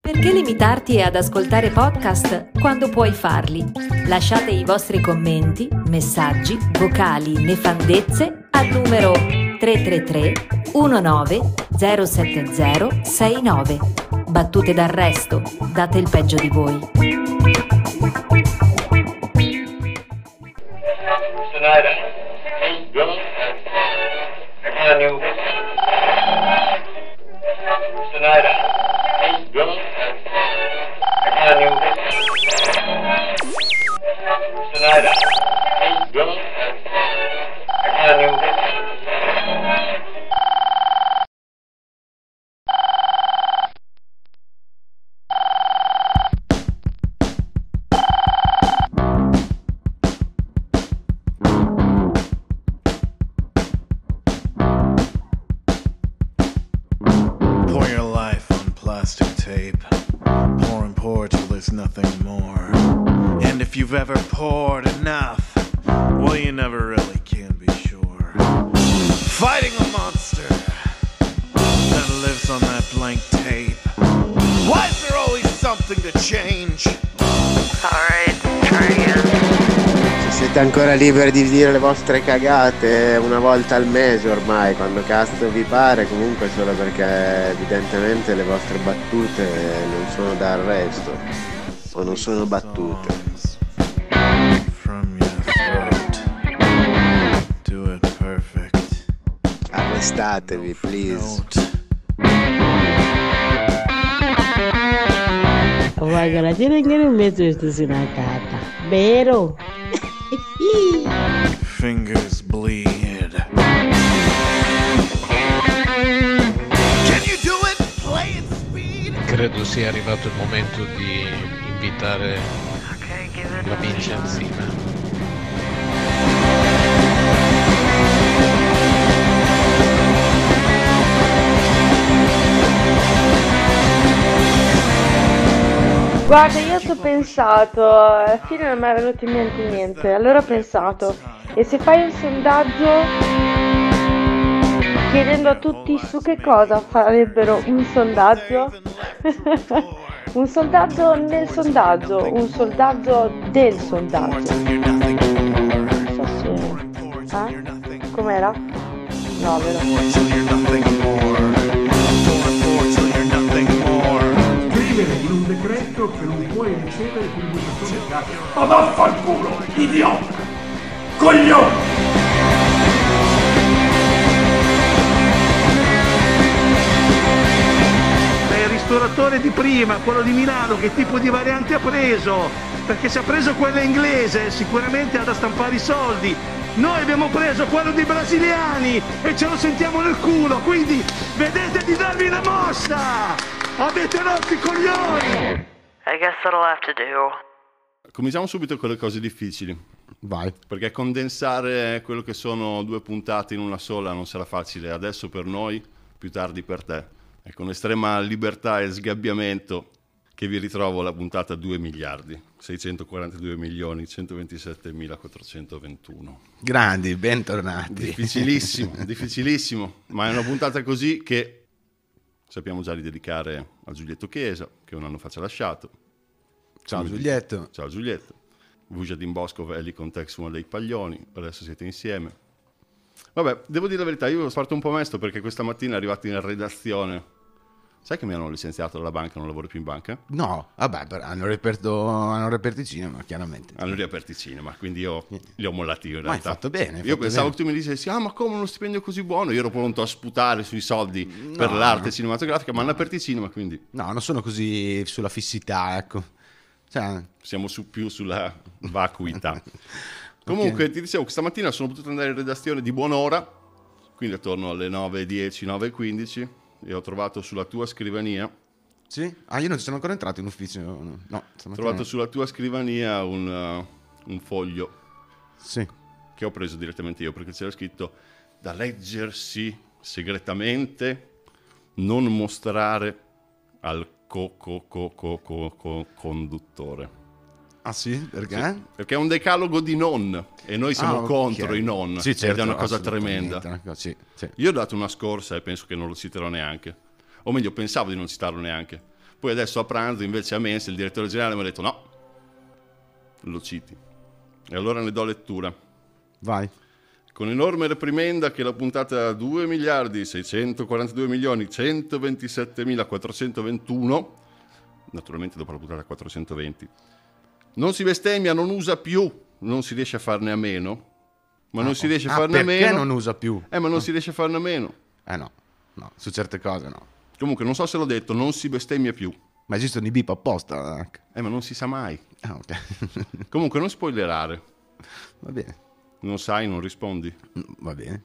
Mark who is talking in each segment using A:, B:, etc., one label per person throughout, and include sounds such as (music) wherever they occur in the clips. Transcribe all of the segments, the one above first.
A: Perché limitarti ad ascoltare podcast quando puoi farli? Lasciate i vostri commenti, messaggi, vocali, nefandezze al numero 333 19 070 69. Battute d'arresto, date il peggio di voi.
B: Tonight, I drunk. I kind of knew. Tonight, I drunk. I kind of knew. Tonight, I drunk. I kind of knew.
C: Pour your life on plastic tape. Pour and pour till there's nothing more. And if you've ever poured enough, well, you never really can be sure. Fighting a monster that lives on that blank tape. Why is there always something to change?
D: Se siete ancora liberi di dire le vostre cagate una volta al mese ormai, quando cazzo vi pare, comunque solo perché evidentemente le vostre battute non sono da arresto. O non sono battute.
C: Songs From your throat. Do it perfect.
D: Arrestatevi, please.
C: Note.
E: Guarda, tienen Pues, que ir un mezzo esto es una cata. Vero.
C: Fingers bleed. Can you do it? Play at speed.
F: Credo sia arrivato il momento di invitare la Vincenzina.
G: Guarda, io ci ho pensato, alla fine non mi è venuto in mente niente, allora ho pensato, e se fai un sondaggio chiedendo a tutti su che cosa farebbero un sondaggio? (laughs) un sondaggio nel sondaggio, un sondaggio del sondaggio.
C: You're nothing.
G: Non
C: Pour
G: so
C: and
G: se-
C: pour till
G: Eh?
C: you're nothing.
G: Com'era? No, vero.
C: Pour till you're nothing more. Pour and pour till you're nothing more.
H: scrivere in un decreto che non puoi ricevere pubblicazione di carte. Ma vaffanculo, idiota! Coglione!
I: È il ristoratore di prima, quello di Milano, che tipo di variante ha preso? Perché se ha preso quella inglese sicuramente ha da stampare i soldi. Noi abbiamo preso quello dei brasiliani e ce lo sentiamo nel culo, quindi vedete di darvi una mossa! Avete rotto i coglioni!
J: I guess that'll have to do.
K: Cominciamo subito con le cose difficili,
L: Vai.
K: perché condensare quello che sono due puntate in una sola non sarà facile, adesso per noi, più tardi per te. È con estrema libertà e sgabbiamento che vi ritrovo la puntata 2 miliardi, 642 milioni, 127.421.
L: Grandi, bentornati.
K: Difficilissimo,
L: (laughs)
K: difficilissimo, ma è una puntata così che sappiamo già di dedicare a Giulietto Chiesa, che un anno fa ci ha lasciato.
L: Ciao Giulietto.
K: Ciao Giulietto. Vujadin Boscov è lì con Tex uno dei paglioni, adesso siete insieme. Vabbè, devo dire la verità, io parto un po' mesto perché questa mattina è arrivato in redazione. Sai che mi hanno licenziato dalla banca, non lavoro più in banca?
L: No, vabbè, però hanno reperto, hanno reperto il cinema, chiaramente.
K: Hanno riaperto i cinema, quindi io li ho mollati in realtà.
L: Ma hai fatto bene, hai
K: Io
L: fatto
K: pensavo
L: bene.
K: che tu mi dicessi, ah ma come uno stipendio così buono? Io ero pronto a sputare sui soldi per
L: No.
K: l'arte cinematografica, ma hanno aperto i cinema, quindi
L: No, non sono così sulla fissità, ecco. Cioè,
K: siamo su- più sulla vacuità. Comunque, ti dicevo, questa mattina sono potuto andare in redazione di buon'ora, quindi attorno alle 9.10, 9.15, e ho trovato sulla tua scrivania, ho
L: sì? Ah, io non ci sono ancora entrato in ufficio. No, stamattina
K: trovato
L: no.
K: sulla tua scrivania un, uh, un foglio
L: Sì.
K: che ho preso direttamente io, perché c'era scritto da leggersi segretamente, non mostrare al co- co- co- co- co- co- conduttore.
L: Ah sì? Perché?
K: Perché è un decalogo di non e noi siamo
L: Ah, ok.
K: contro i non.
L: Sì, certo,
K: ed è una cosa
L: assolutamente,
K: tremenda.
L: una cosa- sì, sì.
K: Io ho dato una scorsa e penso che non lo citerò neanche. O meglio, pensavo di non citarlo neanche.
B: Poi adesso a pranzo invece a Mensa il direttore generale mi ha detto no, lo citi. E allora ne do lettura.
D: Vai.
B: Con enorme reprimenda che la puntata 2 miliardi 642 milioni 127.421, naturalmente dopo la puntata 420, non si bestemmia, non usa più, non si riesce a farne a meno, ma non si riesce a
D: Ah,
B: farne a
D: perché
B: meno.
D: non usa più? Ah.
B: Eh, ma non si riesce a farne a meno.
D: Eh no, no, su certe cose no.
B: Comunque, non so se l'ho detto, non si bestemmia più.
D: Ma esistono i bip apposta. anche.
B: Eh, ma non si sa mai.
D: Ah, ok. (laughs)
B: Comunque, non spoilerare.
D: Va bene.
B: Non sai, non rispondi.
D: Va bene.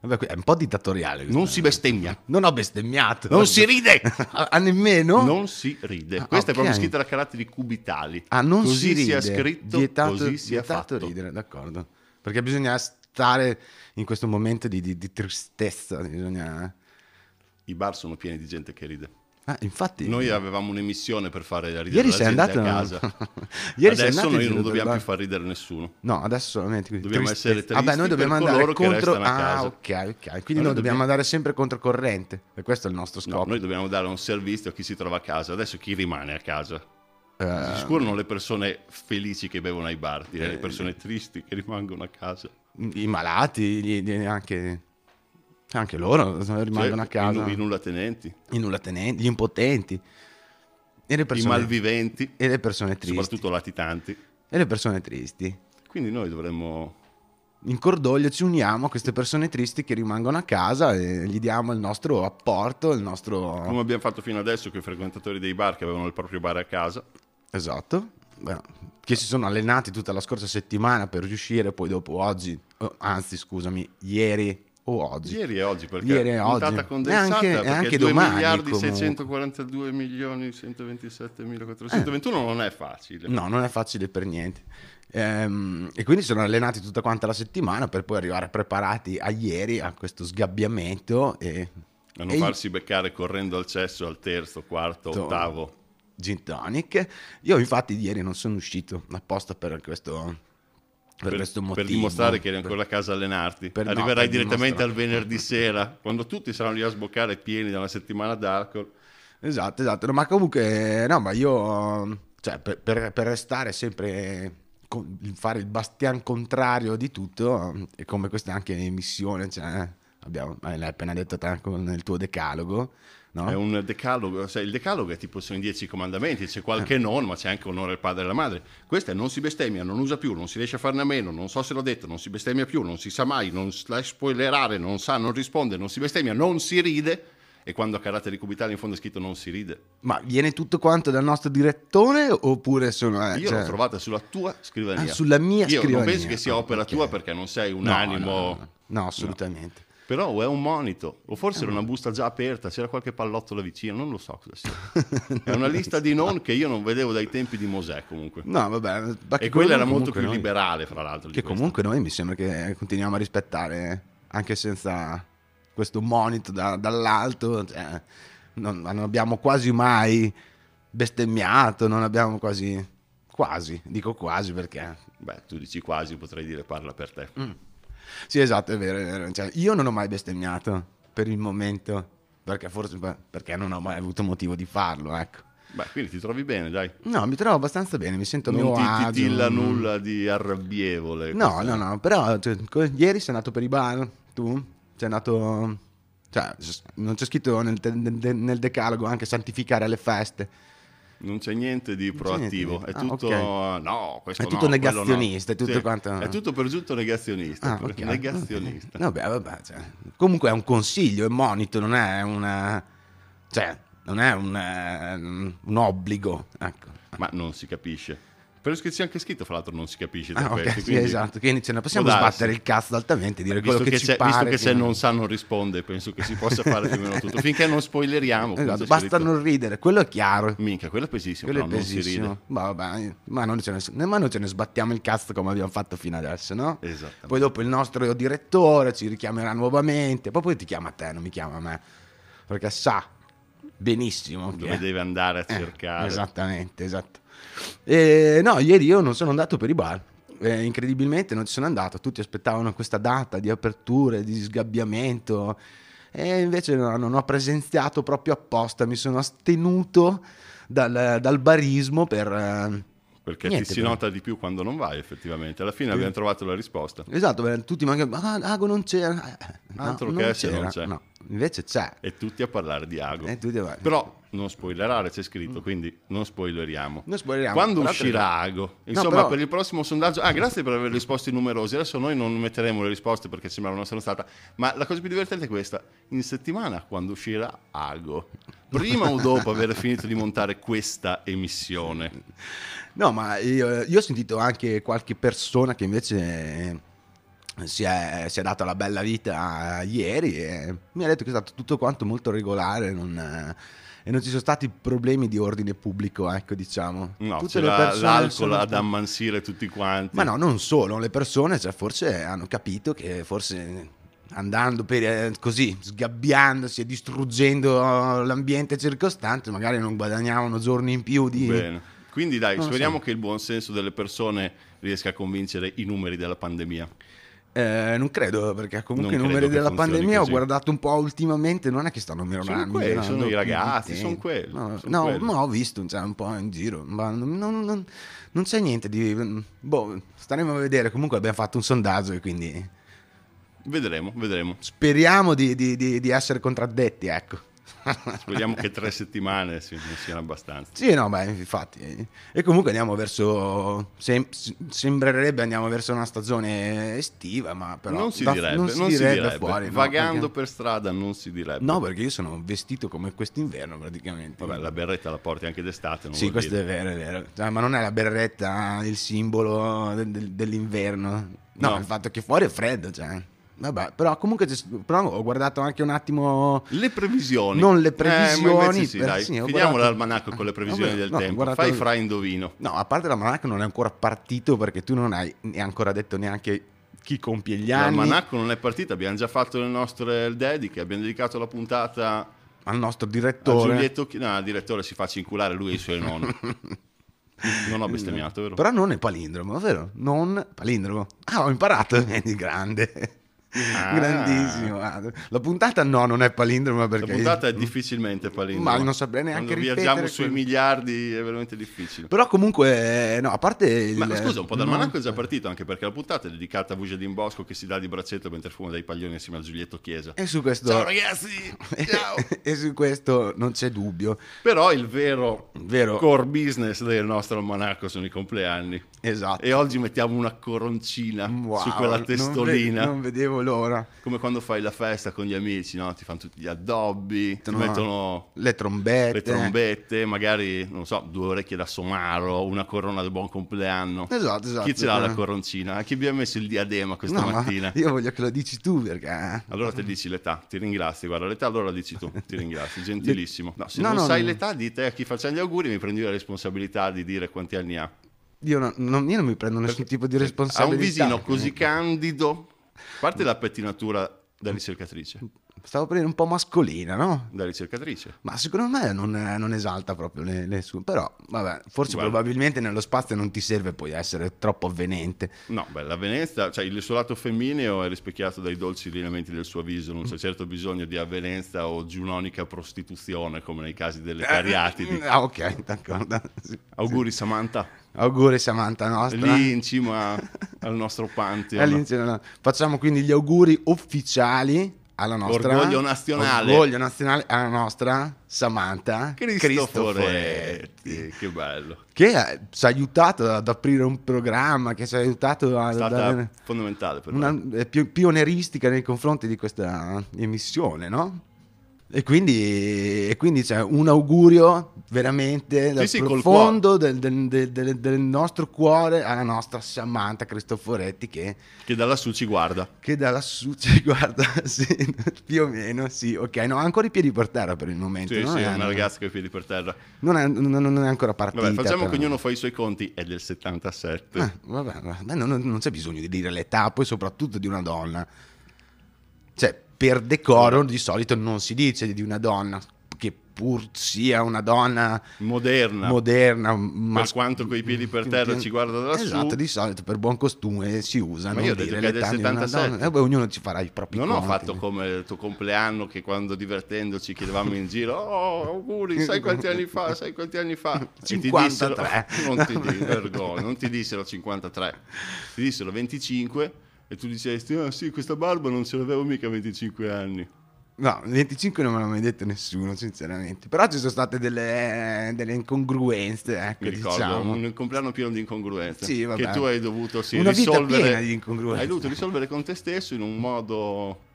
D: Vabbè, qui- è un po' dittatoriale.
B: Non si bestemmia.
D: Non ho bestemmiato.
B: Non si ride.
D: A, a nemmeno? Ah,
B: Non si ride. Questa è
D: ok.
B: proprio scritta da caratteri cubitali.
D: Ah, non
B: così
D: si ride.
B: sia scritto,
D: Vietato-
B: così sia
D: vietato
B: fatto.
D: ridere, d'accordo. Perché bisogna stare in questo momento di, di- di tristezza. Bisogna... eh?
B: I bar sono pieni di gente che ride.
D: Ah, infatti...
B: Noi avevamo un'emissione per fare ridere
D: Ieri
B: la
D: sei
B: gente
D: andato-
B: a casa.
D: (laughs) Ieri sei
B: Adesso
D: andato in
B: noi non
D: giro per
B: dobbiamo
D: bar.
B: più far ridere nessuno.
D: No, adesso solamente quindi
B: Dobbiamo
D: tristezza.
B: essere tristi
D: Vabbè, Ah, noi dobbiamo
B: per
D: andare
B: coloro che
D: contro.
B: restano a
D: Ah,
B: casa.
D: ok, ok. Quindi
B: Allora
D: noi dobbiamo
B: dobbiamo-
D: andare sempre controcorrente. E questo è il nostro
B: No,
D: scopo.
B: noi dobbiamo dare un servizio a chi si trova a casa. Adesso chi rimane a casa?
D: Eh,
B: Di sicuro non le persone felici che bevono ai bar, direi
D: Eh,
B: le persone tristi che rimangono a casa.
D: I malati, gli- gli- anche, anche loro rimangono
B: Cioè,
K: Eh,
D: a casa.
B: I, nu- i nullatenenti,
D: I nullatenenti, gli impotenti. E le persone,
B: i malviventi,
D: e le persone tristi.
B: soprattutto latitanti.
D: E le persone tristi.
B: Quindi noi dovremmo...
D: In cordoglio ci uniamo a queste persone tristi che rimangono a casa e gli diamo il nostro apporto, il nostro...
B: Come abbiamo fatto fino adesso con i frequentatori dei bar che avevano il proprio bar a casa,
D: Esatto. Beh, che si sono allenati tutta la scorsa settimana per riuscire poi dopo oggi, oh, anzi scusami, ieri o oggi.
B: Ieri e oggi, perché
D: Ieri e
B: puntata
D: oggi.
B: condensata,
D: E anche- e
B: perché
D: anche
B: 2
D: domani,
B: miliardi
D: comunque.
B: 642 milioni 127.421 non è facile.
D: No, non è facile per niente. Ehm, e quindi sono allenati tutta quanta la settimana per poi arrivare preparati a ieri a questo sgabbiamento e
B: A non
D: e-
B: farsi beccare correndo al cesso al terzo, quarto,
D: To-
B: ottavo.
D: gin tonic. Io infatti ieri non sono uscito apposta per questo, per questo motivo.
B: dimostrare che eri ancora a casa a allenarti.
D: per- no,
B: Arriverai
D: per
B: direttamente
D: dimostrare.
B: al venerdì sera, quando tutti saranno lì a sboccare pieni da una settimana d'alcol.
D: Esatto, esatto. No, ma comunque, no, ma io, cioè, per, per- per restare sempre, con- fare il bastian contrario di tutto, e come questa è anche missione, cioè, abbiamo, eh, l'hai appena detto te con il tuo decalogo, no?
B: È un decalogo, sai, il decalogo è tipo sono i dieci comandamenti, c'è
D: Eh.
B: qualche non, ma c'è anche onore al padre e alla madre. Questa è non si bestemmia, non usa più, non si riesce a farne a meno, non so se l'ho detto, non si bestemmia più, non si sa mai, non lascia spoilerare, non sa, non risponde, non si bestemmia, non si ride. E quando a caratteri cubitali in fondo è scritto non si ride.
D: Ma viene tutto quanto dal nostro direttore oppure sono... eh,
B: Io
D: cioè-
B: l'ho trovata sulla tua scrivania.
D: Ah, sulla mia
B: Io non
D: scrivania.
B: penso che sia
D: Ah,
B: opera
D: ok.
B: tua perché non sei un
D: No,
B: animo...
D: no, no, no, assolutamente.
B: Però è un monito, o forse era una busta già aperta, c'era qualche pallottola vicino, non lo so cosa sia. È una lista di non che io non vedevo dai tempi di Mosè comunque.
D: (laughs) No, vabbè. ma che
B: e quella era
D: comunque
B: molto più
D: noi-
B: liberale, fra l'altro. di
D: Che
B: questa.
D: comunque noi mi sembra che continuiamo a rispettare eh, anche senza questo monito da- dall'alto. cioè, non, non abbiamo quasi mai bestemmiato, non abbiamo quasi. quasi, dico quasi perché.
B: Beh, tu dici quasi, potrei dire parla per te.
D: Mm. Sì, esatto, è vero. È vero. Cioè, io non ho mai bestemmiato per il momento, perché forse perché non ho mai avuto motivo di farlo, ecco.
B: Beh, quindi ti trovi bene, dai.
D: No, mi trovo abbastanza bene, mi sento a mio
B: Non ti
D: agio.
B: titilla
D: Mm.
B: nulla di arrabbievole.
D: No,
B: questa-
D: no, no, però cioè, co- ieri sei andato per i bar, tu sei andato... Cioè, s- non c'è scritto nel, te- nel- nel decalogo anche santificare le feste.
B: Non c'è niente di
D: c'è niente di-
B: proattivo, è
D: Ah,
B: tutto
D: ok.
B: no, questo
D: È
B: no,
D: tutto
B: quello no.
D: negazionista, è tutto quanto-
B: È tutto per giunto negazionista,
D: Ah,
B: per-
D: ok.
B: negazionista.
D: Vabbè, vabbè, cioè, comunque è un consiglio, è un monito, non è una... Cioè, non è un, eh, un obbligo, ecco.
B: Ma non si capisce. Però che c'è anche scritto, fra l'altro, non si capisce tra
D: Ah, ok,
B: questi,
D: sì,
B: quindi-
D: esatto, quindi ce ne possiamo
B: Può darsi.
D: sbattere il cazzo altamente, dire
B: Visto
D: quello
B: che,
D: che,
B: c'è, visto
D: ci pare.
B: che c'è
D: fino-
B: non sa non risponde, penso che si possa fare più o meno tutto. Finché non spoileriamo, come
D: Esatto,
B: c'è
D: basta
B: scritto.
D: non ridere, quello è chiaro.
B: Minchia, quello è pesissimo,
D: Quello è
B: però non si
D: pesissimo. Boh,
B: ride.
D: Ma, vabbè, ma, non ce ne, ma non ce ne sbattiamo il cazzo come abbiamo fatto fino adesso, no?
B: Esattamente.
D: Poi dopo il nostro direttore ci richiamerà nuovamente, poi, poi ti chiama te, non mi chiama me, perché sa benissimo che-
B: Dove deve andare a
D: eh,
B: cercare.
D: esattamente, esatto. E,
K: Eh,
D: no, ieri io non sono andato per i bar. Eh, incredibilmente non ci sono andato, tutti aspettavano questa data di aperture, di sgabbiamento
K: E invece no, non ho presenziato proprio apposta, mi sono astenuto dal, dal barismo per... eh,
B: Perché
K: niente,
B: ti si
K: per-
B: nota di più quando non vai, effettivamente. Alla fine
K: Sì.
B: abbiamo trovato la risposta.
K: Esatto, beh, tutti mancano, ma ah, Ago non c'era. Eh, no,
B: Altro
K: non
B: che se
K: c'era.
B: non c'è.
K: no. Invece c'è.
B: E tutti a parlare di Ago.
K: E tutti a-
B: Però non spoilerare, c'è scritto, quindi non spoileriamo.
K: Noi spoileriamo.
B: Quando
K: Ah, Tra l'altro-
B: uscirà Ago?
K: No,
B: Insomma,
K: però-
B: per il prossimo sondaggio. Ah, grazie per aver risposto in numerosi. Adesso noi non metteremo le risposte perché sembrava non sono stata. Ma la cosa più divertente è questa: in settimana, quando uscirà Ago, prima o dopo aver finito di montare questa emissione?
K: No, ma io, io ho sentito anche qualche persona che invece eh, si è, si è data la bella vita ieri e mi ha detto che è stato tutto quanto molto regolare non, eh, e non ci sono stati problemi di ordine pubblico, ecco diciamo.
B: No,
K: Tutte le
B: c'era
K: persone
B: l'alcol
K: sono-
B: ad ammansire tutti quanti.
K: Ma no, non solo, le persone cioè, forse hanno capito che forse andando per, eh, così, sgabbiandosi e distruggendo l'ambiente circostante, magari non guadagnavano giorni in più di...
B: Bene. Quindi dai,
K: Non lo so.
B: speriamo che il buon senso delle persone riesca a convincere i numeri della pandemia.
K: Eh, non credo, perché comunque
B: Non
K: i numeri
B: credo che
K: della
B: funzioni
K: pandemia ho
B: così.
K: guardato un po' ultimamente, non è che stanno migliorando.
B: Sono quelli,
K: migliorando
B: sono i
K: più di
B: ragazzi,
K: te.
B: sono quelli,
K: No,
B: sono
K: no,
B: quelli.
K: ma ho visto cioè, un po' in giro, ma non, non- non- non c'è niente di... Boh, staremo a vedere, comunque abbiamo fatto un sondaggio e quindi
B: Vedremo, vedremo.
K: speriamo di, di- di- di essere contraddetti, ecco.
B: (laughs) Speriamo che tre settimane si- non siano abbastanza.
K: Sì, no, beh, infatti. eh. E comunque andiamo verso. sem- sembrerebbe andiamo verso una stagione estiva, ma però.
B: non si
K: da-
B: direbbe,
K: non si direbbe fuori. no,
B: Vagando
K: perché-
B: per strada non si direbbe.
K: No, perché io sono vestito come quest'inverno praticamente.
B: Vabbè, la berretta la porti anche d'estate. Non
K: Sì,
B: vuol
K: questo
B: dire.
K: è vero, è vero. Cioè, ma non è la berretta il simbolo del- del- dell'inverno. No,
B: No.
K: il fatto che fuori è freddo, cioè. Vabbè, però comunque c'è- però ho guardato anche un attimo.
B: Le previsioni.
K: Non le
B: Eh, ma invece
K: previsioni,
B: sì,
K: per-
B: dai.
K: sì, ho
B: Finiamo
K: guardato-
B: l'almanacco con le previsioni
K: no,
B: del
K: no,
B: tempo.
K: guardate-
B: Fai fra indovino.
K: No, a parte l'almanacco non è ancora partito perché tu non hai ne- ancora detto neanche chi compie gli anni
B: L'almanacco non è partito, abbiamo già fatto le nostre dediche, abbiamo dedicato la puntata
K: al nostro
B: a
K: direttore.
B: Giulietto. Chi- No, il direttore si faccia inculare lui e i suoi
K: (laughs)
B: nonni. Non ho bestemmiato, vero?
K: Però non è palindromo, vero? Non palindromo. Ah, ho imparato, (laughs) vedi, grande.
B: Ah.
K: Grandissimo. Ah, La puntata no, non è palindroma perché...
B: La puntata è difficilmente palindroma.
K: Ma non saprei neanche
B: Quando
K: ripetere
B: viaggiamo sui
K: quello.
B: miliardi è veramente difficile.
K: Però comunque, eh, no, a parte... Il...
B: Ma scusa, un po' dal
K: no.
B: Monaco è già partito, anche perché la puntata è dedicata a Vugedin Bosco che si dà di braccetto mentre fuma dai paglioni insieme a Giulietto Chiesa.
K: E su questo...
B: Ciao ragazzi!
K: (laughs)
B: Ciao!
K: e su questo non c'è dubbio.
B: Però il vero,
K: Vero.
B: core business del nostro almanacco sono i compleanni.
K: Esatto.
B: E oggi mettiamo una coroncina
K: Wow,
B: eh, su quella
K: non ve-
B: testolina.
K: non vedevo l'ora.
B: Come quando fai la festa con gli amici, no? Ti fanno tutti gli addobbi, ti
K: No,
B: mettono
K: Le trombette.
B: le trombette, magari, non so, due orecchie da somaro, una corona del buon compleanno.
K: Esatto, esatto.
B: Chi ce l'ha la
K: Eh.
B: coroncina? A chi vi ha messo il diadema questa
K: No, ma
B: mattina?
K: io voglio che lo dici tu perché... eh.
B: Allora te dici l'età, ti ringrazio, guarda l'età allora la dici tu, ti ringrazio, gentilissimo. No, se
K: No,
B: non
K: no,
B: sai
K: no.
B: l'età di te a chi facciamo gli auguri mi prendi la responsabilità di dire quanti anni ha.
K: Io non, non- io non mi prendo nessun tipo di
B: Ha
K: responsabilità.
B: un visino così candido, a parte la pettinatura da ricercatrice,
K: Mm. Stavo prendendo un po' mascolina, no?
B: da ricercatrice.
K: Ma secondo me non, non esalta proprio le, le sue. Però, vabbè, forse
B: Guarda.
K: probabilmente nello spazio non ti serve poi essere troppo avvenente.
B: No, beh, la Venenza, cioè il suo lato femmineo è rispecchiato dai dolci lineamenti del suo viso,
K: Mm.
B: non c'è certo bisogno di avvenenza o giunonica prostituzione come nei casi delle cariatidi.
K: Ah, ok, d'accordo. Sì.
B: Auguri Samantha,
K: Auguri Samantha nostra.
B: lì in
K: (laughs)
B: cima al nostro pantheon.
K: All'inizio, no. Facciamo quindi gli auguri ufficiali alla nostra...
B: Orgoglio nazionale.
K: Orgoglio nazionale alla nostra Samantha Cristoforetti.
B: Cristoforetti, che bello.
K: che eh, ci ha aiutato ad aprire un programma, che ci ha aiutato a
B: È stata
K: dare
B: fondamentale per
K: una
B: me.
K: eh, pi- pionieristica nei confronti di questa emissione, no? E quindi, e quindi c'è un augurio veramente dal
B: sì, col
K: profondo del, del- del- del- del nostro cuore alla nostra Samantha Cristoforetti che,
B: Che da lassù ci guarda.
K: che da lassù (laughs) ci guarda, sì, più o meno, sì, ok, no, ha ancora i piedi per terra per il momento,
B: Sì,
K: non,
B: sì,
K: è,
B: una ragazza con i piedi per terra.
K: non è- non- non è ancora partita.
B: Vabbè, facciamo che
K: però.
B: ognuno fa i suoi conti, è del 77.
K: Ah, vabbè, vabbè, non, non c'è bisogno di dire l'età, poi soprattutto di una donna. Cioè, per decoro di solito non si dice di una donna che pur sia una donna
B: moderna,
K: moderna
B: per quanto coi piedi per terra ci guarda da lassù.
K: Esatto, di solito per buon costume si usa.
B: Ma
K: non
B: io ho detto
K: dire
B: che è del
K: l'età di una
B: 77.
K: donna. Eh, beh, ognuno ci farà i propri
B: Non ho
K: conti.
B: fatto come il tuo compleanno che quando divertendoci chiedevamo in giro oh auguri, sai quanti anni fa, sai quanti anni fa. E ti dissero-
K: 53.
B: non, ti di- vergogna, non ti dissero 53, ti dissero 25 e tu dicesti "Ah, sì questa barba non ce l'avevo mica a 25 anni.
K: No, 25 non me l'ha mai detto nessuno, sinceramente. Però ci sono state delle, delle incongruenze, ecco,
B: Mi ricordo
K: diciamo.
B: un compleanno pieno di incongruenze
K: Sì, vabbè.
B: che tu hai dovuto sì,
K: Una vita
B: risolvere
K: piena di incongruenze.
B: Hai dovuto risolvere con te stesso in un modo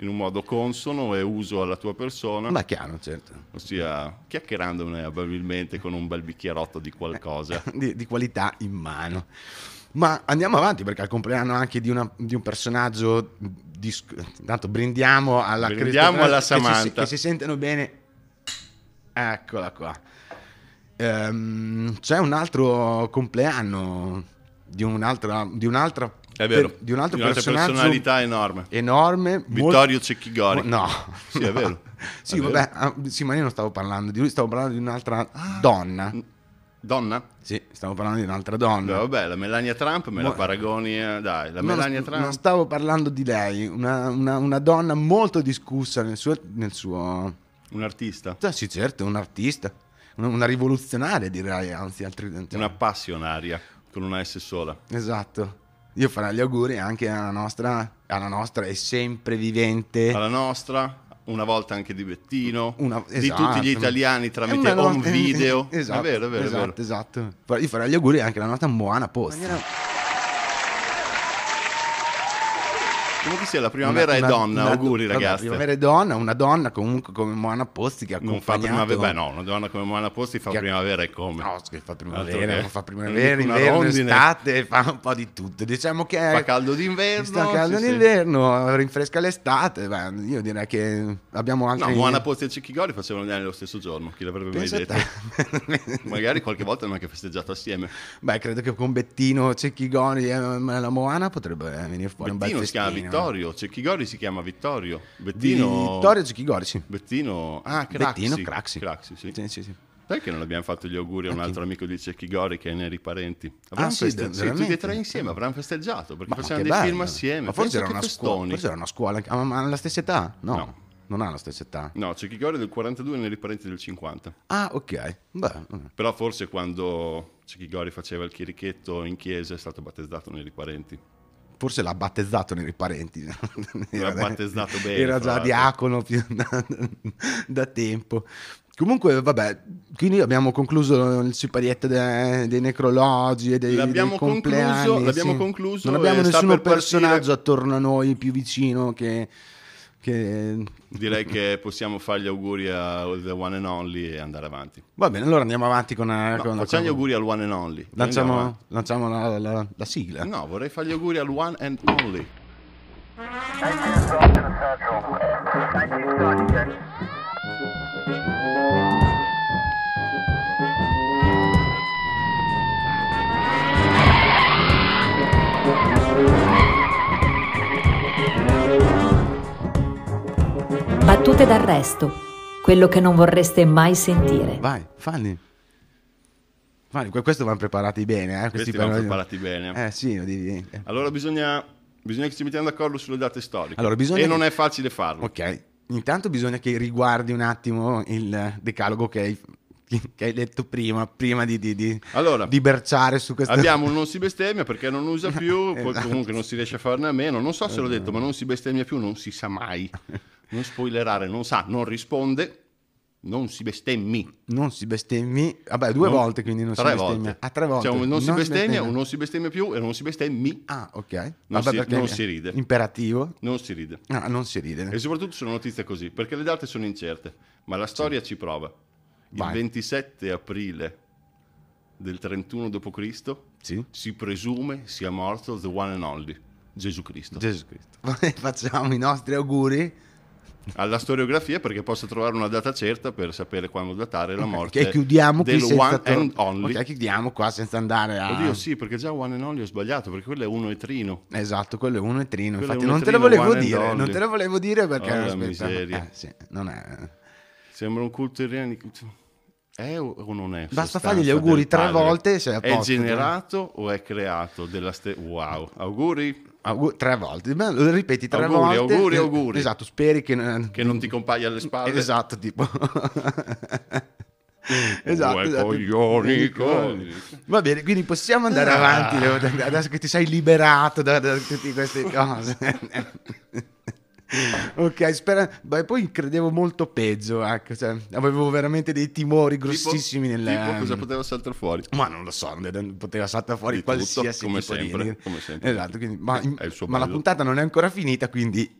B: in un modo consono e uso alla tua persona.
K: Ma chiaro, certo.
B: Ossia, chiacchierandone ababilmente con un bel bicchierotto di qualcosa.
K: di, di qualità in mano. Ma andiamo avanti perché al compleanno anche di, una- di un personaggio, di sc- tanto brindiamo alla
B: Brindiamo
K: Christopher-
B: alla
K: che si-
B: Samantha.
K: Che si, sentono bene. Eccola qua. Ehm, c'è un altro compleanno di un'altra... Di un'altra
B: È vero.
K: per- di un altro
B: Di un'altra
K: personaggio
B: personalità enorme.
K: Enorme.
B: Vittorio
K: molto-
B: Cecchigori.
K: No.
B: Sì, è
K: no.
B: vero.
K: Sì,
B: È
K: vabbè, ah, sì, ma io non stavo parlando di lui, stavo parlando di un'altra
B: Ah.
K: donna.
B: Donna?
K: Sì, stavo parlando di un'altra donna.
B: Beh, vabbè, la Melania Trump me
K: Ma-
B: la paragoni, eh, dai, la
K: No,
B: Melania
K: non st-
B: Trump.
K: Non stavo parlando di lei, una, una- una donna molto discussa nel suo... nel suo-
B: Un artista?
K: Ah, sì, certo, un artista. Una, una rivoluzionaria, direi, anzi, altri... cioè,
B: Una passionaria con una S sola.
K: Esatto. Io farò gli auguri anche alla nostra... alla nostra e sempre vivente...
B: Alla nostra, una volta anche di Bettino,
K: Una-
B: di
K: esatto.
B: tutti gli italiani tramite
K: È una
B: home
K: nostra-
B: video.
K: (laughs) Esatto,
B: è vero, è vero, è
K: esatto,
B: vero.
K: esatto. Farò- Io farò gli auguri anche alla nostra Moana Post.
B: Comunque sia, la primavera
K: Una-
B: è
K: una-
B: donna,
K: una-
B: auguri
K: vabbè,
B: ragazzi.
K: Primavera è donna, una donna comunque come Moana Posti che ha
B: Non fa
K: accompagnato...
B: primavera, beh no, una donna come Moana Posti fa primavera e come?
K: No, che fa
B: Altro
K: primavera,
B: che-
K: fa primavera,
B: una
K: inverno,
B: rondine.
K: estate, fa un po' di tutto. Diciamo che
B: Fa caldo d'inverno,
K: sta caldo
B: sì, sì.
K: d'inverno, rinfresca l'estate. Beh, io direi che abbiamo anche
B: No, Moana Posti e Cicchigori facevano gli anni lo stesso giorno, chi l'avrebbe mai
K: Pensa
B: detto?
K: (laughs)
B: Magari qualche volta hanno anche festeggiato assieme.
K: Beh, credo che con Bettino, Cecchigoni e mm, la Moana potrebbe venire fuori un bel
B: Bettino si chiama
K: festino.
B: Vittorio, Cecchigori si chiama Vittorio. Bettino...
K: Vittorio Cecchigoni, sì.
B: Bettino, ah, Craxi.
K: Bettino Craxi.
B: Craxi, sì.
K: Sì, sì, sì.
B: Sai che non abbiamo fatto gli auguri a un altro amico di Cecchigori che è nei riparenti?
K: Ah, sì,
B: festeggiato sì, tutti e
K: veramente?
B: tre insieme avranno festeggiato perché
K: Ma
B: facevano
K: che
B: dei
K: bello.
B: film assieme.
K: Ma forse
B: Pensa
K: era,
B: che
K: una scuola,
B: festoni.
K: forse era una scuola. Ah, ma- ma ha la stessa età? No, non ha la stessa età.
B: No, Cecchigori è del 42 e nei riparenti del 50.
K: Ah, ok. Beh,
B: Però forse quando Cecchigori faceva il chirichetto in chiesa è stato battezzato nei riparenti.
K: forse l'ha battezzato nei parenti. (laughs)
B: L'ha battezzato bene.
K: Era
B: fra
K: già
B: l'altro.
K: diacono più- (laughs) da, da tempo. Comunque, vabbè, quindi abbiamo concluso il siparietto de- dei necrologi e dei,
B: L'abbiamo
K: dei compleanni.
B: concluso- l'abbiamo
K: sì.
B: concluso
K: Non abbiamo
B: e sta
K: nessun
B: per partire-
K: personaggio attorno a noi più vicino che... che-
B: Direi che possiamo fare gli auguri a The One and Only e andare avanti.
K: Va bene, allora andiamo avanti con... eh,
B: No,
K: con-
B: facciamo gli
K: con-
B: auguri al One and Only. Andiamo
K: Lanciamo,
B: avanti.
K: lanciamo la, la- la sigla.
B: No, vorrei fare gli auguri al One and Only.
A: Battute d'arresto, quello che non vorreste mai sentire.
K: Vai, falli. Falli, que- questo vanno preparati bene, eh?
B: Questi
K: questi
B: vanno
K: per-
B: preparati bene.
K: Eh sì, lo devi... eh.
B: Allora bisogna, bisogna che ci mettiamo d'accordo sulle date storiche.
K: Allora, bisogna
B: E
K: che-
B: non è facile farlo.
K: Ok, intanto bisogna che riguardi un attimo il decalogo che hai, che hai letto prima, prima di, di, di-
B: Allora,
K: di berciare su questo...
B: abbiamo un non si bestemmia perché non usa
K: (laughs)
B: più, poi
K: Esatto.
B: comunque non si riesce a farne a meno. Non so se l'ho detto, ma non si bestemmia più, non si sa
K: (laughs)
B: mai. Non spoilerare, non sa, non risponde, non si bestemmi.
K: Non si bestemmi... Vabbè, due
B: Non-
K: volte quindi non
B: tre
K: si bestemmia.
B: volte.
K: Ah, tre volte.
B: Cioè, un non, si bestemmia, un non si bestemmia più e non si bestemmi.
K: Ah, ok. Non,
B: Non,
K: Vabbè,
B: si,
K: perché-
B: non si ride.
K: Imperativo.
B: Non si ride.
K: Ah, non si ride.
B: E soprattutto sono notizie così, perché le date sono incerte, ma la storia ci prova. Il
K: Vai.
B: 27 aprile del 31 d.C. si presume sia morto the one and only, Gesù Cristo.
K: Gesù Cristo. (laughs) Facciamo i nostri auguri.
B: Alla storiografia perché posso trovare una data certa per sapere quando datare la morte
K: Che chiudiamo qui
B: del
K: senza
B: one
K: tor-
B: and only.
K: Ok, chiudiamo qua senza andare a...
B: Oddio sì, perché già one and only ho sbagliato, perché quello è uno e trino.
K: Esatto, quello è uno e trino.
B: Quello è
K: Infatti,
B: uno e
K: non te lo
B: trino,
K: volevo
B: one and
K: dire. eh,
B: only.
K: Non te lo volevo dire perché
B: Oh, la
K: aspetta,
B: miseria.
K: eh, sì, non è.
B: Sembra un culto iranico. È o o non è?
K: Basta
B: sostanza
K: fargli gli auguri
B: del
K: tre
B: padre?
K: volte e sei a
B: È
K: posto.
B: generato o è creato? Della ste- wow, auguri.
K: tre volte, Ma lo ripeti tre
B: Auguri,
K: volte.
B: auguri,
K: Eh,
B: auguri.
K: Esatto, speri che,
B: Che non ti compaia alle spalle. (laughs)
K: Esatto, tipo.
B: Due
K: esatto, esatto.
B: coglioni, coglioni.
K: Va bene, quindi possiamo andare
B: Ah.
K: avanti Leo, adesso che ti sei liberato da, da tutte
B: (laughs)
K: queste cose. ok, spera... Beh, poi credevo molto peggio, ecco, cioè, avevo veramente dei timori grossissimi
B: Tipo-
K: nella...
B: tipo cosa poteva saltare fuori?
K: Ma non lo so, ne- poteva saltare fuori
B: Di tutto,
K: qualsiasi
B: come
K: tipo di-
B: sempre, come sempre. Eh,
K: Esatto, quindi- ma,
B: È il suo
K: ma la
B: bello.
K: puntata non è ancora finita, quindi
B: (laughs)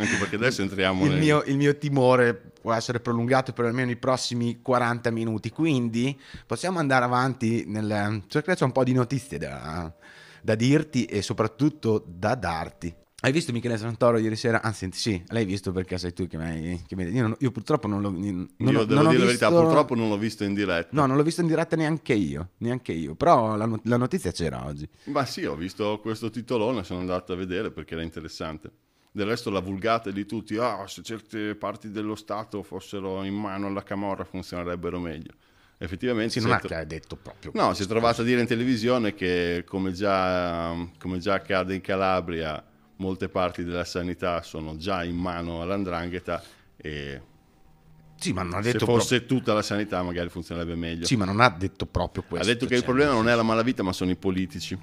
B: Anche perché adesso entriamo
K: il
B: nel-
K: mio, il mio timore può essere prolungato per almeno i prossimi 40 minuti. Quindi possiamo andare avanti. Nel... Cioè, c'è un po' di notizie da, da dirti e soprattutto da darti. Hai visto Michele Santoro ieri sera? Anzi, sì, l'hai visto perché sei tu che mi hai. che mi hai- Io, non- io purtroppo non l'ho. Non,
B: Io
K: non ho
B: devo dire la verità,
K: visto-
B: purtroppo non l'ho visto in diretta.
K: No, non l'ho visto in diretta neanche io. Neanche io. Però la, no- la notizia c'era oggi.
B: Ma sì, ho visto questo titolone, sono andato a vedere perché era interessante. Del resto la vulgata di tutti, ah, se certe parti dello Stato fossero in mano alla Camorra funzionerebbero meglio. Effettivamente...
K: Sì,
B: si
K: non
B: è
K: ha
B: tro-
K: che ha detto proprio.
B: Certo. No, si è trovata a dire in televisione che, come già, come già accade in Calabria, molte parti della sanità sono già in mano all'andrangheta e...
K: Sì, ma non ha
B: Se
K: detto
B: fosse tutta la sanità magari funzionerebbe meglio.
K: Sì, ma non ha detto proprio
B: Ha
K: questo.
B: detto che il
K: cioè.
B: problema non è la malavita, ma sono i politici.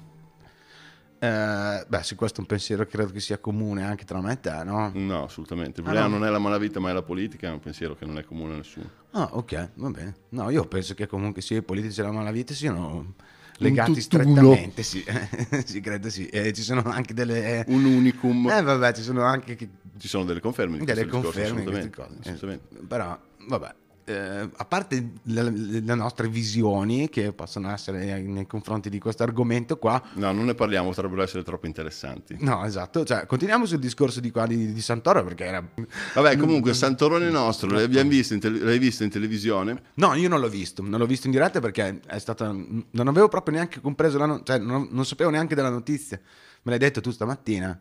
K: Eh, beh, sì, questo è un pensiero che credo che sia comune anche tra me e te, no? Ah,
B: No, assolutamente. Il problema non è la malavita, ma è la politica. È un pensiero che non è comune a nessuno.
K: Ah, ok, va bene. No, io penso che comunque sì, i politici della malavita siano legati
B: tutt'uno.
K: strettamente, sì. (laughs) sì, credo sì. E ci sono anche delle...
B: Un unicum.
K: Eh, vabbè, ci sono anche... che-
B: Ci sono delle conferme. Di
K: Delle
B: questo discorso,
K: conferme di
B: assolutamente,
K: queste cose. eh.
B: assolutamente.
K: Però, vabbè, eh, a parte la- le, nostre visioni che possono essere nei confronti di questo argomento qua,
B: No, non ne parliamo, potrebbero essere troppo interessanti.
K: no, esatto, cioè, continuiamo sul discorso di qua di, di Santoro perché era... (laughs)
B: Vabbè, comunque, Santorone nostro, l'abbiamo visto in tele- l'hai visto in televisione?
K: No, io non l'ho visto, non l'ho visto in diretta perché è stata. Non avevo proprio neanche compreso la no- cioè non, non sapevo neanche della notizia. Me l'hai detto tu stamattina,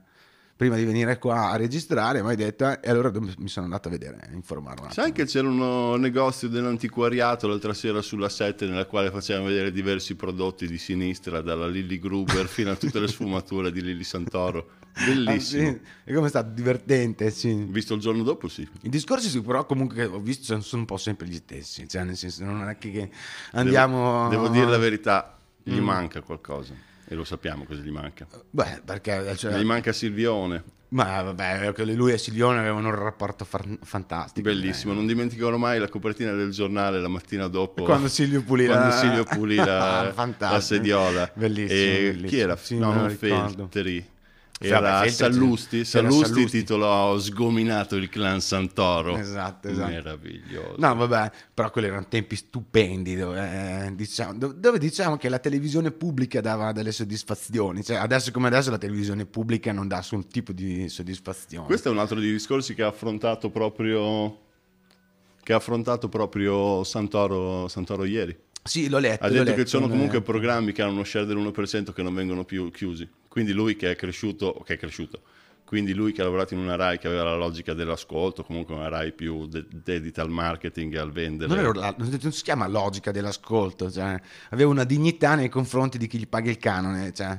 K: prima di venire qua a registrare, mi hai detto, eh, e allora do- mi sono andato a vedere, a informarmi.
B: Sai che c'era un negozio dell'antiquariato l'altra sera sulla 7 nella quale facevano vedere diversi prodotti di sinistra, dalla Lilly Gruber fino a tutte le sfumature di Lilly Santoro. Bellissimo.
K: (laughs) Ah, sì? E come è stato divertente, sì.
B: Visto il giorno dopo, sì.
K: I discorsi, sì, però, comunque, che ho visto sono- sono un po' sempre gli stessi. Cioè, nel senso, non è che, che andiamo.
B: Devo, devo dire la verità, gli
K: Mm.
B: manca qualcosa. E lo sappiamo cosa gli manca.
K: Beh, perché. Cioè,
B: Gli manca Silvione.
K: ma vabbè, lui e Silvione avevano un rapporto fan- fantastico.
B: Bellissimo, non dimenticherò mai la copertina del giornale la mattina dopo.
K: Quando Silvio pulì la-
B: Quando Silvio pulì
K: (laughs)
B: la,
K: Fantastico.
B: la sediola.
K: Bellissimo,
B: E
K: bellissimo.
B: chi era?
K: Sì,
B: no,
K: me lo
B: non
K: ricordo.
B: Feltri.
K: Sì,
B: Era
K: vabbè, Feltri,
B: Sallusti,
K: sì. Era
B: Sallusti
K: Sallusti.
B: titolò Sgominato il clan Santoro.
K: Esatto, esatto.
B: Meraviglioso.
K: No, vabbè, però quelli erano tempi stupendi dove, eh, diciamo, do- dove diciamo che la televisione pubblica dava delle soddisfazioni. Cioè, adesso come adesso la televisione pubblica non dà nessun tipo di soddisfazione.
B: Questo è un altro dei discorsi che ha affrontato proprio che ha affrontato proprio Santoro, Santoro ieri.
K: Sì, l'ho letto.
B: Ha
K: l'ho
B: detto che
K: letto,
B: ci sono
K: eh.
B: comunque programmi che hanno uno share dell'1% che non vengono più chiusi. Quindi lui che è cresciuto, che è cresciuto. Quindi lui che ha lavorato in una RAI che aveva la logica dell'ascolto, comunque una RAI più de- dedita al marketing e al vendere.
K: Non, era la- non si chiama logica dell'ascolto, cioè, aveva una dignità nei confronti di chi gli paga il canone, cioè,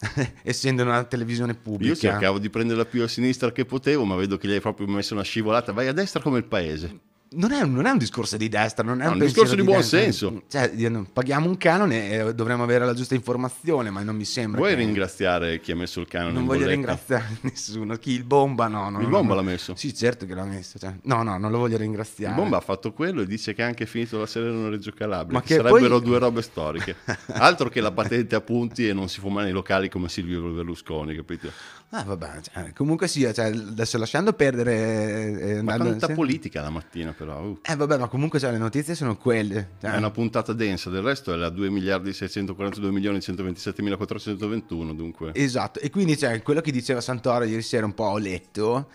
K: (laughs) essendo una televisione pubblica.
B: Io cercavo di prenderla più a sinistra che potevo, ma vedo che gli hai proprio messo una scivolata. Vai a destra come il paese.
K: non è, un- non è un discorso di destra, non è
B: No,
K: un,
B: un discorso
K: pensiero
B: di buon
K: destra.
B: senso.
K: Cioè, di- no, paghiamo un canone e dovremmo avere la giusta informazione, ma non mi sembra.
B: Vuoi
K: che-
B: ringraziare chi ha messo il canone?
K: Non
B: in
K: voglio
B: bolletta?
K: ringraziare (laughs) nessuno. Chi il bomba, no. no
B: Il
K: no,
B: Bomba
K: no.
B: l'ha messo?
K: Sì, certo che l'ha messo. cioè, No, no, non lo voglio ringraziare.
B: Il bomba ha fatto quello e dice che ha anche finito la Serena Reggio Calabria.
K: Ma
B: che
K: che
B: sarebbero
K: poi- (laughs)
B: due robe storiche. Altro che la patente a punti e non si fuma nei locali come Silvio Berlusconi, capito?
K: Ah, vabbè, cioè, comunque sia, cioè, adesso lasciando perdere. eh,
B: Ma
K: andando-
B: tanta
K: sì.
B: politica la mattina però. uh.
K: Eh, vabbè, ma comunque cioè, le notizie sono quelle. cioè,
B: È una puntata densa, del resto è la 2 miliardi 642 milioni 127.421, dunque.
K: Esatto, e quindi cioè, quello che diceva Santoro ieri sera un po' ho letto,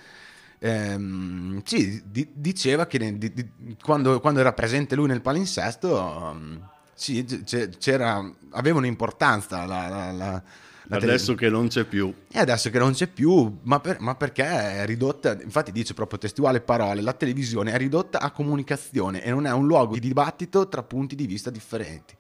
K: ehm, sì, di- diceva che ne- di- di- quando, quando era presente lui nel mm, palinsesto, ehm, sì, c- c- c'era, aveva un'importanza la, la- la-
D: la
B: Adesso che non c'è più.
D: E adesso che non c'è più, ma, per- ma perché è ridotta, infatti dice proprio testuale parole, la televisione è ridotta a comunicazione e non è un luogo di dibattito tra punti di vista differenti.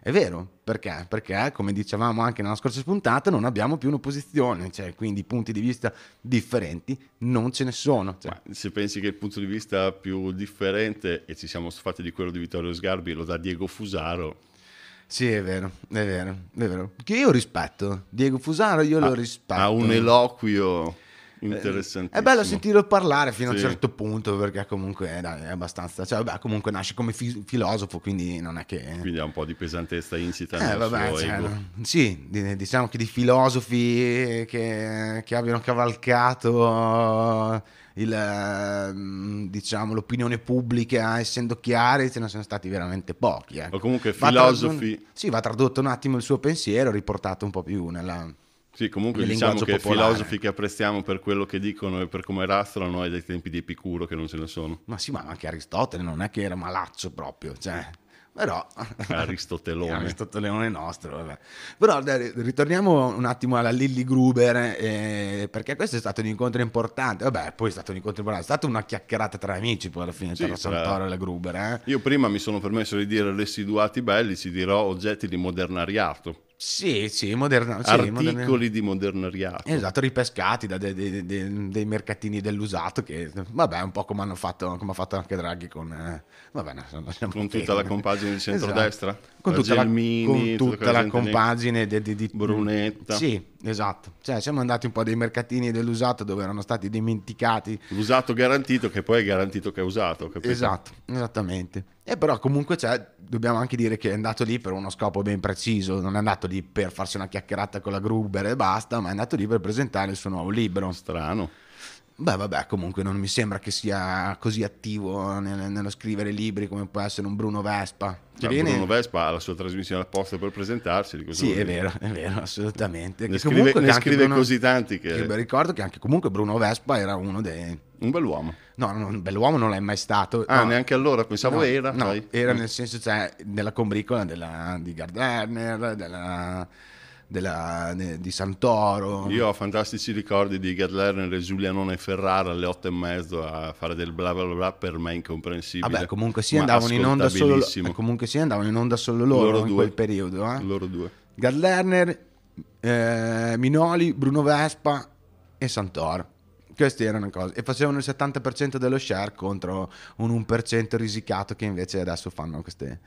D: È vero, perché? Perché, come dicevamo anche nella scorsa puntata, non abbiamo più un'opposizione, cioè, quindi punti di vista differenti non ce ne sono. cioè.
B: Se pensi che il punto di vista più differente, e ci siamo stufati di quello di Vittorio Sgarbi, lo dà Diego Fusaro.
D: Sì, è vero, è vero, è vero. Che io rispetto, Diego Fusaro io lo
B: Ha-
D: rispetto. Eh,
B: Ha un eloquio interessantissimo.
D: È bello sentirlo parlare fino a un
B: Sì.
D: certo punto perché comunque eh, dai, è abbastanza... Cioè, vabbè, comunque nasce come fi- filosofo, quindi non è che...
B: Quindi ha un po' di pesantezza insita
D: Eh,
B: nel
D: vabbè,
B: suo
D: cioè,
B: ego.
D: no. sì, di- diciamo che di filosofi che, che abbiano cavalcato il, ehm, diciamo, l'opinione pubblica essendo chiari ce ne sono stati veramente pochi. ecco.
B: O comunque
D: Va tradotto-
B: filosofi...
D: sì, va tradotto un attimo il suo pensiero, riportato un po' più nella...
B: Sì, comunque
D: nel
B: diciamo
D: linguaggio
B: che
D: popolare.
B: filosofi che apprezziamo per quello che dicono e per come rastrano è dai tempi di Epicuro che non ce ne sono.
D: Ma sì, ma anche Aristotele non è che era malaccio proprio, cioè... Però...
B: Aristotelone.
D: Aristotelone nostro, vabbè. Però dai, ritorniamo un attimo alla Lilly Gruber, eh, perché questo è stato un incontro importante. Vabbè, poi è stato un incontro importante, è stata una chiacchierata tra amici poi alla fine
B: Sì,
D: tra
B: tra-
D: Santoro e la Gruber. Eh?
B: Io prima mi sono permesso di dire residuati belli, ci dirò oggetti di modernariato.
D: Sì, sì, moderna, sì,
B: Articoli
D: moderna-
B: di modernariato.
D: Esatto, ripescati da dei, dei- dei- dei mercatini dell'usato che, vabbè, un po' come hanno fatto, come ha fatto anche Draghi con... eh, vabbè, no, non lasciamo
B: Con
D: perdere.
B: tutta la compagine di centrodestra?
D: Esatto. Con tutta la,
B: Gelmini,
D: con
B: tutta
D: tutta
B: quella
D: la
B: gente lì.
D: compagine di, di- di-
B: Brunetta.
D: Sì, esatto. Cioè, siamo andati un po' dei mercatini dell'usato dove erano stati dimenticati.
B: Usato garantito, che poi è garantito che è usato. capito?
D: Esatto, esattamente. E però comunque c'è, dobbiamo anche dire che è andato lì per uno scopo ben preciso, non è andato lì per farsi una chiacchierata con la Gruber e basta, ma è andato lì per presentare il suo nuovo libro.
B: Strano.
D: Beh, vabbè, comunque non mi sembra che sia così attivo nel- nello scrivere libri come può essere un Bruno Vespa. Che
B: Cioè,
D: viene-
B: Bruno Vespa ha la sua trasmissione apposta per presentarsi. di cosa
D: Sì,
B: vuol
D: è
B: dire?
D: vero, è vero, assolutamente.
B: Ne
D: Che
B: scrive-
D: comunque
B: ne
D: che anche
B: scrive così tanti che-
D: Io ricordo che anche comunque Bruno Vespa era uno dei...
B: Un bell'uomo.
D: No, no, un bell'uomo non l'è mai stato.
B: Ah,
D: No.
B: neanche allora, pensavo
D: No,
B: era.
D: no,
B: sai. Mm.
D: era nel senso, cioè, nella combricola della- di Gardner, della, della- de- di Santoro.
B: Io ho fantastici ricordi di Gerd Lerner e Giulianone Ferrara alle otto e mezzo a fare del bla bla bla per me incomprensibile.
D: Vabbè, comunque sì,
B: ma
D: andavano in onda solo,
B: ascoltabilissimo.
D: eh, comunque sì, andavano in onda solo loro,
B: Loro
D: in
B: due.
D: quel periodo. Eh.
B: Loro due.
D: Gad Lerner, eh, Minoli, Bruno Vespa e Santoro. Queste erano cose. E facevano il 70% dello share contro un 1% risicato che invece adesso fanno queste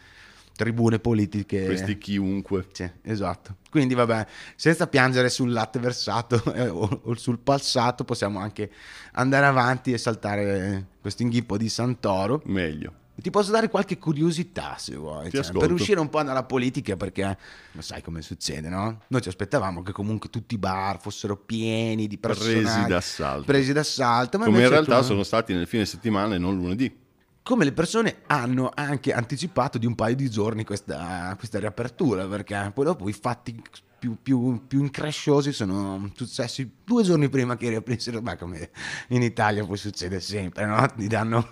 D: tribune politiche.
B: Questi chiunque.
D: Sì, esatto. Quindi vabbè, senza piangere sul latte versato (laughs) eh, o, o sul passato, possiamo anche andare avanti e saltare questo inghippo di Santoro.
B: Meglio.
D: Ti posso dare qualche curiosità se vuoi,
B: Mm. Ti
D: cioè,
B: ascolto.
D: per uscire un po' dalla politica perché lo sai come succede, no? Noi ci aspettavamo che comunque tutti i bar fossero pieni di
B: Presi
D: persone
B: d'assalto.
D: presi d'assalto, ma
B: Come in
D: invece
B: realtà
D: tu-
B: sono stati nel fine settimana e non lunedì.
D: come le persone hanno anche anticipato di un paio di giorni questa, questa riapertura, perché poi dopo i fatti più, più- più incresciosi sono successi due giorni prima che riaprissero, ma come in Italia poi succede sempre, no? ti, danno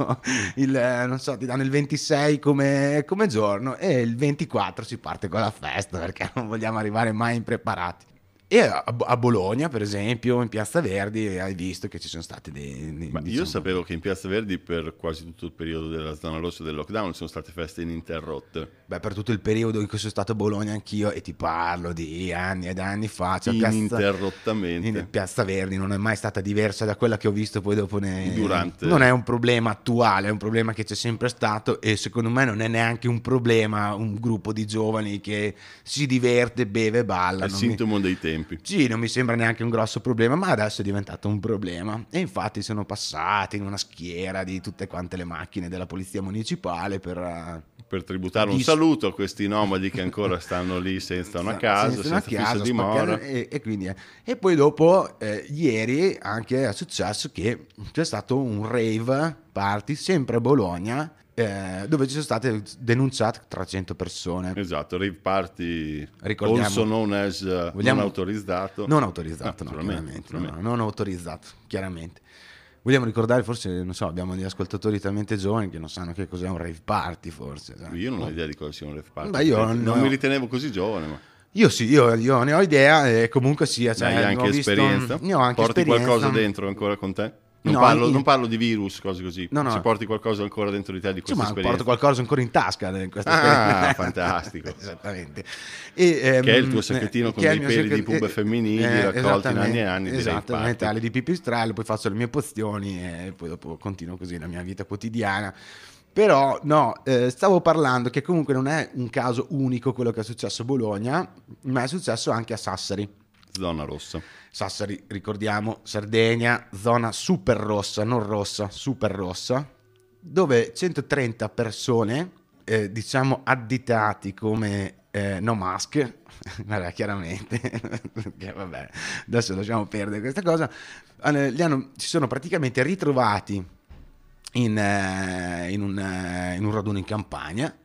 D: il, eh, non so, ti danno il 26 come, come giorno e il 24 si parte con la festa, perché non vogliamo arrivare mai impreparati. E a, a Bologna, per esempio, in Piazza Verdi, hai visto che ci sono stati dei... dei-
B: Ma io
D: diciamo-
B: sapevo che in Piazza Verdi per quasi tutto il periodo della zona rossa e del lockdown sono state feste ininterrotte.
D: Beh, per tutto il periodo in cui sono stato a Bologna anch'io e ti parlo di anni ed anni fa, cioè Piazza,
B: Ininterrottamente.
D: in Piazza Verdi non è mai stata diversa da quella che ho visto poi dopo nei-
B: Durante.
D: Non è un problema attuale, è un problema che c'è sempre stato e secondo me non è neanche un problema un gruppo di giovani che si diverte, beve e
B: È
D: balla.
B: il
D: non mi-
B: sintomo dei tempi.
D: sì, non mi sembra neanche un grosso problema, ma adesso è diventato un problema. E infatti sono passati in una schiera di tutte quante le macchine della polizia municipale per... eh,
B: Per tributare un
D: Dis-
B: saluto a questi nomadi che ancora stanno lì senza una casa, senza,
D: Senza una
B: fissa
D: casa,
B: dimora.
D: spaccare- E, e quindi, eh. E poi dopo, eh, ieri anche è successo che c'è stato un rave party sempre a Bologna eh, dove ci sono state denunciate 300 persone.
B: Esatto, rave party
D: Ricordiamo-
B: also known as eh,
D: Vogliamo-
B: non autorizzato.
D: Non autorizzato,
B: Ah,
D: no,
B: naturalmente,
D: chiaramente, no,
B: naturalmente.
D: no, non autorizzato, chiaramente. Vogliamo ricordare, forse, non so, abbiamo degli ascoltatori talmente giovani che non sanno che cos'è un rave party, forse. sai.
B: Io non ho idea di cosa sia un rave party.
D: Beh, io
B: non
D: no.
B: mi ritenevo così giovane, ma
D: Io sì, io, io ne ho idea e comunque sia. Cioè,
K: Hai
D: ne ho
K: anche
D: visto-
K: esperienza?
D: Ne ho anche
K: porti
D: esperienza. mm.
K: qualcosa dentro ancora con te? Non,
D: No,
K: parlo,
D: io-
K: non parlo di virus, cose così.
D: No, no.
K: Se porti qualcosa ancora dentro di te di questa
D: Insomma, porto
K: esperienza.
D: qualcosa ancora in tasca eh, in questa
K: Ah,
D: esperienza.
K: (laughs) fantastico.
D: (laughs) Esattamente. E, ehm,
K: Che è il tuo sacchettino con
D: che è
K: dei
D: il mio
K: peli di
D: sacchetto-
K: pube
D: eh,
K: femminili
D: eh,
K: raccolti in anni e anni,
D: esattamente,
K: direi,
D: Esattamente,
K: parti.
D: ali di pipistrello, poi faccio le mie pozioni e poi dopo continuo così la mia vita quotidiana. Però no, eh, stavo parlando che comunque non è un caso unico quello che è successo a Bologna, ma è successo anche a Sassari.
K: Zona rossa.
D: Sassari, ricordiamo, Sardegna, zona super rossa, non rossa, super rossa, dove 130 persone, eh, diciamo additati come eh, no mask, (laughs) vabbè, chiaramente, (laughs) perché, vabbè, adesso lasciamo perdere questa cosa, eh, li hanno- si sono praticamente ritrovati in, eh, in un, eh, in un raduno in campagna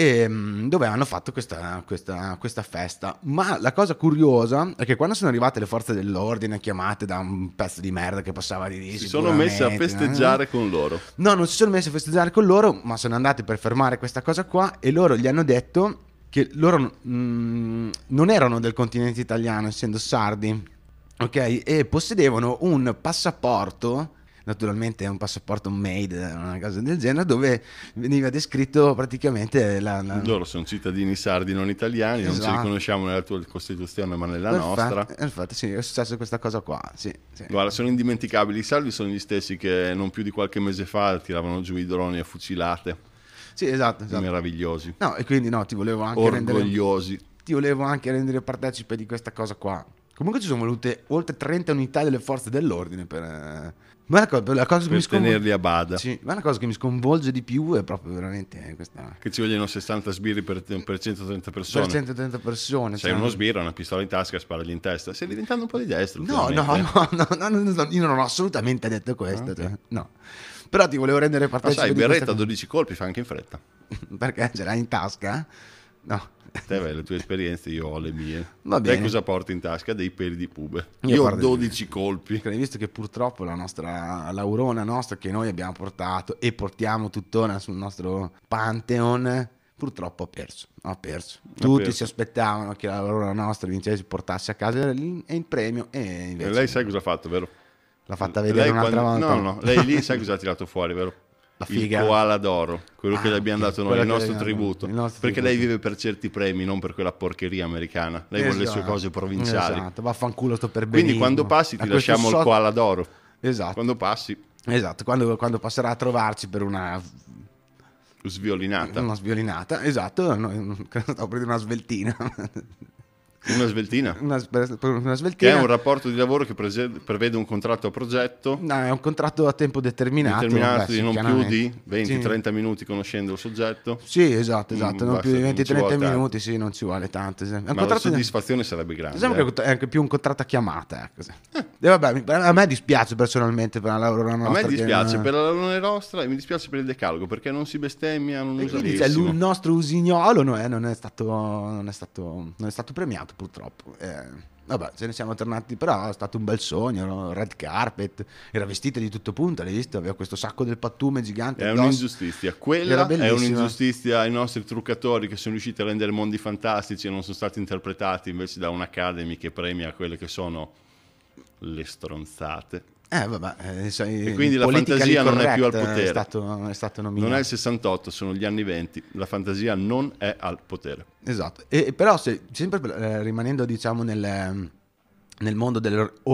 D: e, mm, dove hanno fatto questa, questa- questa festa. Ma la cosa curiosa è che quando sono arrivate le forze dell'ordine chiamate da un pezzo di merda che passava di lì,
K: Si sono messi a
D: sicuramente,
K: festeggiare
D: eh,
K: con loro.
D: No, non si sono messi a festeggiare con loro, ma sono andati per fermare questa cosa qua e loro gli hanno detto che loro mm, non erano del continente italiano, essendo sardi, ok? E possedevano un passaporto, naturalmente è un passaporto made, una cosa del genere, dove veniva descritto praticamente la... la-
K: Loro sono cittadini sardi non italiani, non
D: Eh. Esatto.
K: ci riconosciamo nella tua Costituzione ma nella
D: Perfetto,
K: nostra.
D: Infatti sì, è successa questa cosa qua, sì, sì.
K: Guarda, sono indimenticabili. I salvi sono gli stessi che non più di qualche mese fa tiravano giù i droni a fucilate.
D: Sì, esatto, esatto.
K: Meravigliosi.
D: No, e quindi no, ti volevo anche rendere...
K: Orgogliosi.
D: ti volevo anche rendere partecipe di questa cosa qua. Comunque ci sono volute oltre 30 unità delle forze dell'ordine per... eh, Ma la co- per la cosa, che
K: Per
D: mi scon-
K: tenerli a bada.
D: Sì, ma la cosa che mi sconvolge di più è proprio veramente eh, questa...
K: Che ci vogliono 60 sbirri per, per 130 persone.
D: Per 130 persone.
K: C'è
D: cioè-
K: uno sbirro, una pistola in tasca, sparagli in testa. Stai diventando un po' di destra.
D: No, no,
K: ultimamente. Ah,
D: no, no, (laughs) no, no, no, io non ho assolutamente detto questo. cioè, no. Però ti volevo rendere
K: Ma
D: partecipe di
K: sai,
D: questa
K: berretta 12 colpi fa anche in fretta.
D: cosa. (laughs) Perché ce l'hai in tasca? No.
K: Te hai le tue esperienze, io ho le mie.
D: Va
K: Te
D: bene.
K: cosa porti in tasca? Dei peli di pube.
D: Io
K: Io, ho
D: guarda-
K: 12 colpi.
D: Hai visto che purtroppo la nostra l'aurona nostra che noi abbiamo portato e portiamo tuttora sul nostro Pantheon, purtroppo ha perso. Ha perso. Tutti
K: perso.
D: si aspettavano che l'aurona nostra vincesse portasse a casa il, il premio e invece
K: E lei sai cosa ha fatto, vero?
D: l'ha fatta vedere
K: Lei
D: un'altra
K: quando-
D: volta.
K: No, no, lei
D: (laughs)
K: lì sai cosa ha tirato fuori, vero? La
D: figa.
K: Il koala d'oro, quello che
D: Ah,
K: le abbiamo
D: ok,
K: dato noi,
D: quello
K: il
D: che
K: nostro
D: abbiamo-
K: tributo.
D: il nostro
K: perché
D: tributo.
K: lei vive per certi premi, non per quella porcheria americana. Lei vuole le sue
D: Esatto,
K: cose provinciali.
D: Esatto, vaffanculo sto per
K: Quindi quando passi ti lasciamo il koala d'oro.
D: Esatto.
K: Quando passi,
D: Esatto, quando, quando passerà a trovarci per una,
K: sviolinata.
D: una sviolinata, esatto, no, (laughs) stavo prendendo una sveltina.
K: Una sveltina.
D: una, per- per una
K: Che
D: sveltina.
K: è un rapporto di lavoro che prese- prevede un contratto a progetto
D: No, è un contratto a tempo determinato.
K: determinato
D: beh,
K: di
D: sì,
K: non più
D: chiaramente.
K: di
D: Sì.
K: 20-30 minuti conoscendo il soggetto.
D: Sì, esatto, esatto,
K: Mm,
D: non
K: basta,
D: più di
K: non ci
D: 20-30
K: vuole tanto.
D: minuti, sì, non ci vuole tanto. sì. È un
K: Ma la
D: contratto di-
K: soddisfazione sarebbe grande.
D: Diciamo
K: eh.
D: che è anche più un contratto a chiamata. ecco, sì. E vabbè, mi- a me dispiace personalmente per la loro
K: A me dispiace per la luna nostra e mi dispiace per il decalogo perché non si bestemmia, non usa
D: Quindi cioè, il nostro usignolo non è, non è stato, non, è stato, non è stato premiato purtroppo. Eh, vabbè, ce ne siamo tornati, però è stato un bel sogno, no? red carpet, era vestita di tutto punto, l'hai visto? Aveva questo sacco del pattume gigante.
K: È
D: addosso.
K: un'ingiustizia.
D: Era
K: Quella è
D: bellissima.
K: un'ingiustizia ai nostri truccatori che sono riusciti a rendere mondi fantastici e non sono stati interpretati invece da un'academy che premia quelle che sono le stronzate.
D: Eh, vabbè, eh, sai,
K: E quindi la
D: politically
K: fantasia non è
D: correct eh,
K: più al potere.
D: È stato, è stato nominato.
K: Non è il 68, sono gli anni 20. La fantasia non è al potere.
D: Esatto. E, e però, se, sempre eh, rimanendo, diciamo, nel, ehm, nel mondo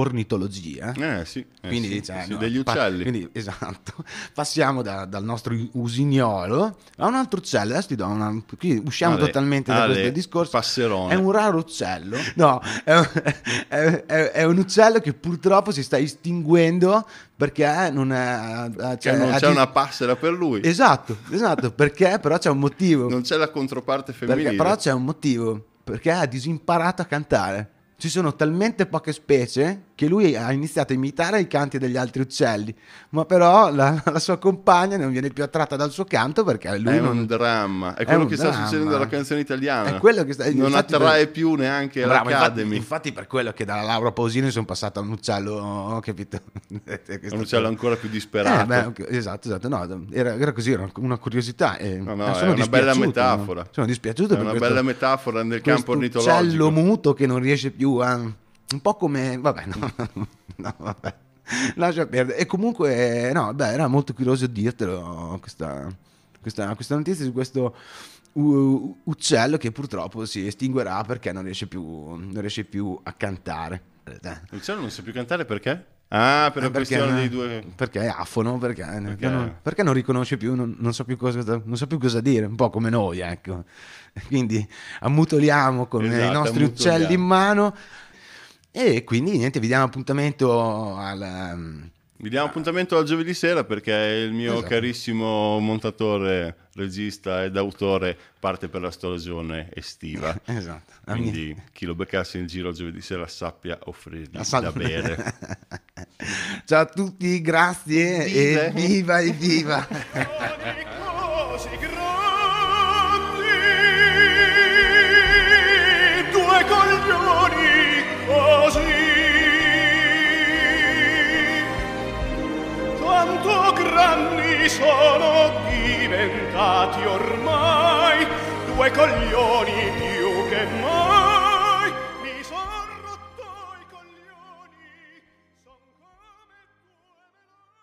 D: dell'ornitologia.
K: Eh sì, eh
D: quindi,
K: sì,
D: cioè,
K: sì,
D: no,
K: degli
D: pa-
K: uccelli.
D: quindi, (laughs) esatto. Passiamo da- dal nostro usignolo a un altro uccello. Adesso ti do una- qui usciamo
K: Ale,
D: totalmente da
K: Ale,
D: questo discorso.
K: Passerone.
D: È un raro uccello. No, è un, (laughs) è- è- è un uccello che purtroppo si sta estinguendo perché non è.
K: Cioè,
D: cioè,
K: non
D: ha
K: c'è
D: dis-
K: una passera per lui.
D: Esatto, esatto, perché però c'è un motivo.
K: Non c'è la controparte femminile.
D: Perché, però c'è un motivo, perché ha disimparato a cantare. Ci sono talmente poche specie che lui ha iniziato a imitare i canti degli altri uccelli, ma però la, (laughs) la sua compagna non viene più attratta dal suo canto perché lui
B: è
D: non...
B: un dramma,
D: è
B: è quello
D: un
B: che sta
D: dramma.
B: succedendo alla canzone italiana.
D: È quello che sta-
B: non
D: infatti
B: attrae
D: per-
B: più neanche
D: Bravo,
B: l'Academy.
D: Infatti, infatti per quello che dalla Laura Pausini sono passato a un uccello, oh, (laughs) capito?
B: Un uccello ancora più disperato.
D: Eh, beh, ok, esatto, esatto. No, era, era così, era una curiosità. E
B: No,
D: eh,
B: è
D: sono
B: una bella
D: dispiaciuto,
B: metafora.
D: Sono dispiaciuto
B: È
D: per
B: una
D: questo-
B: bella metafora nel campo
D: questo
B: ornitologico.
D: uccello muto che non riesce più a... Un po' come... Vabbè, no, (laughs) no, vabbè. Lascia perdere. E comunque, no, beh, era molto curioso di dirtelo questa, questa, questa notizia su questo u- uccello che purtroppo si estinguerà perché non riesce più, non riesce più a cantare.
B: L'uccello non sa più cantare perché? Ah, per
D: Eh,
B: la questione
D: no,
B: dei due...
D: perché è afono, perché, perché non,
B: non-
D: perché non riconosce più, non, non sa più cosa, non sa più cosa dire, un po' come noi, ecco. (laughs) Quindi ammutoliamo con i
B: Esatto,
D: nostri
B: ammutoliamo.
D: uccelli in mano e quindi niente, vi diamo appuntamento al...
B: Vi diamo appuntamento a giovedì sera perché il mio
D: Esatto.
B: carissimo montatore, regista ed autore parte per la stagione
D: (laughs)
B: estiva.
D: Esatto.
B: Quindi chi lo beccasse in giro giovedì sera sappia offrirgli
D: La sal-
B: da
D: (laughs)
B: bere.
D: Ciao a tutti, grazie e viva
B: (laughs)
D: e viva!
K: due coglioni così tanto grandi sono diventati ormai due coglioni più che mai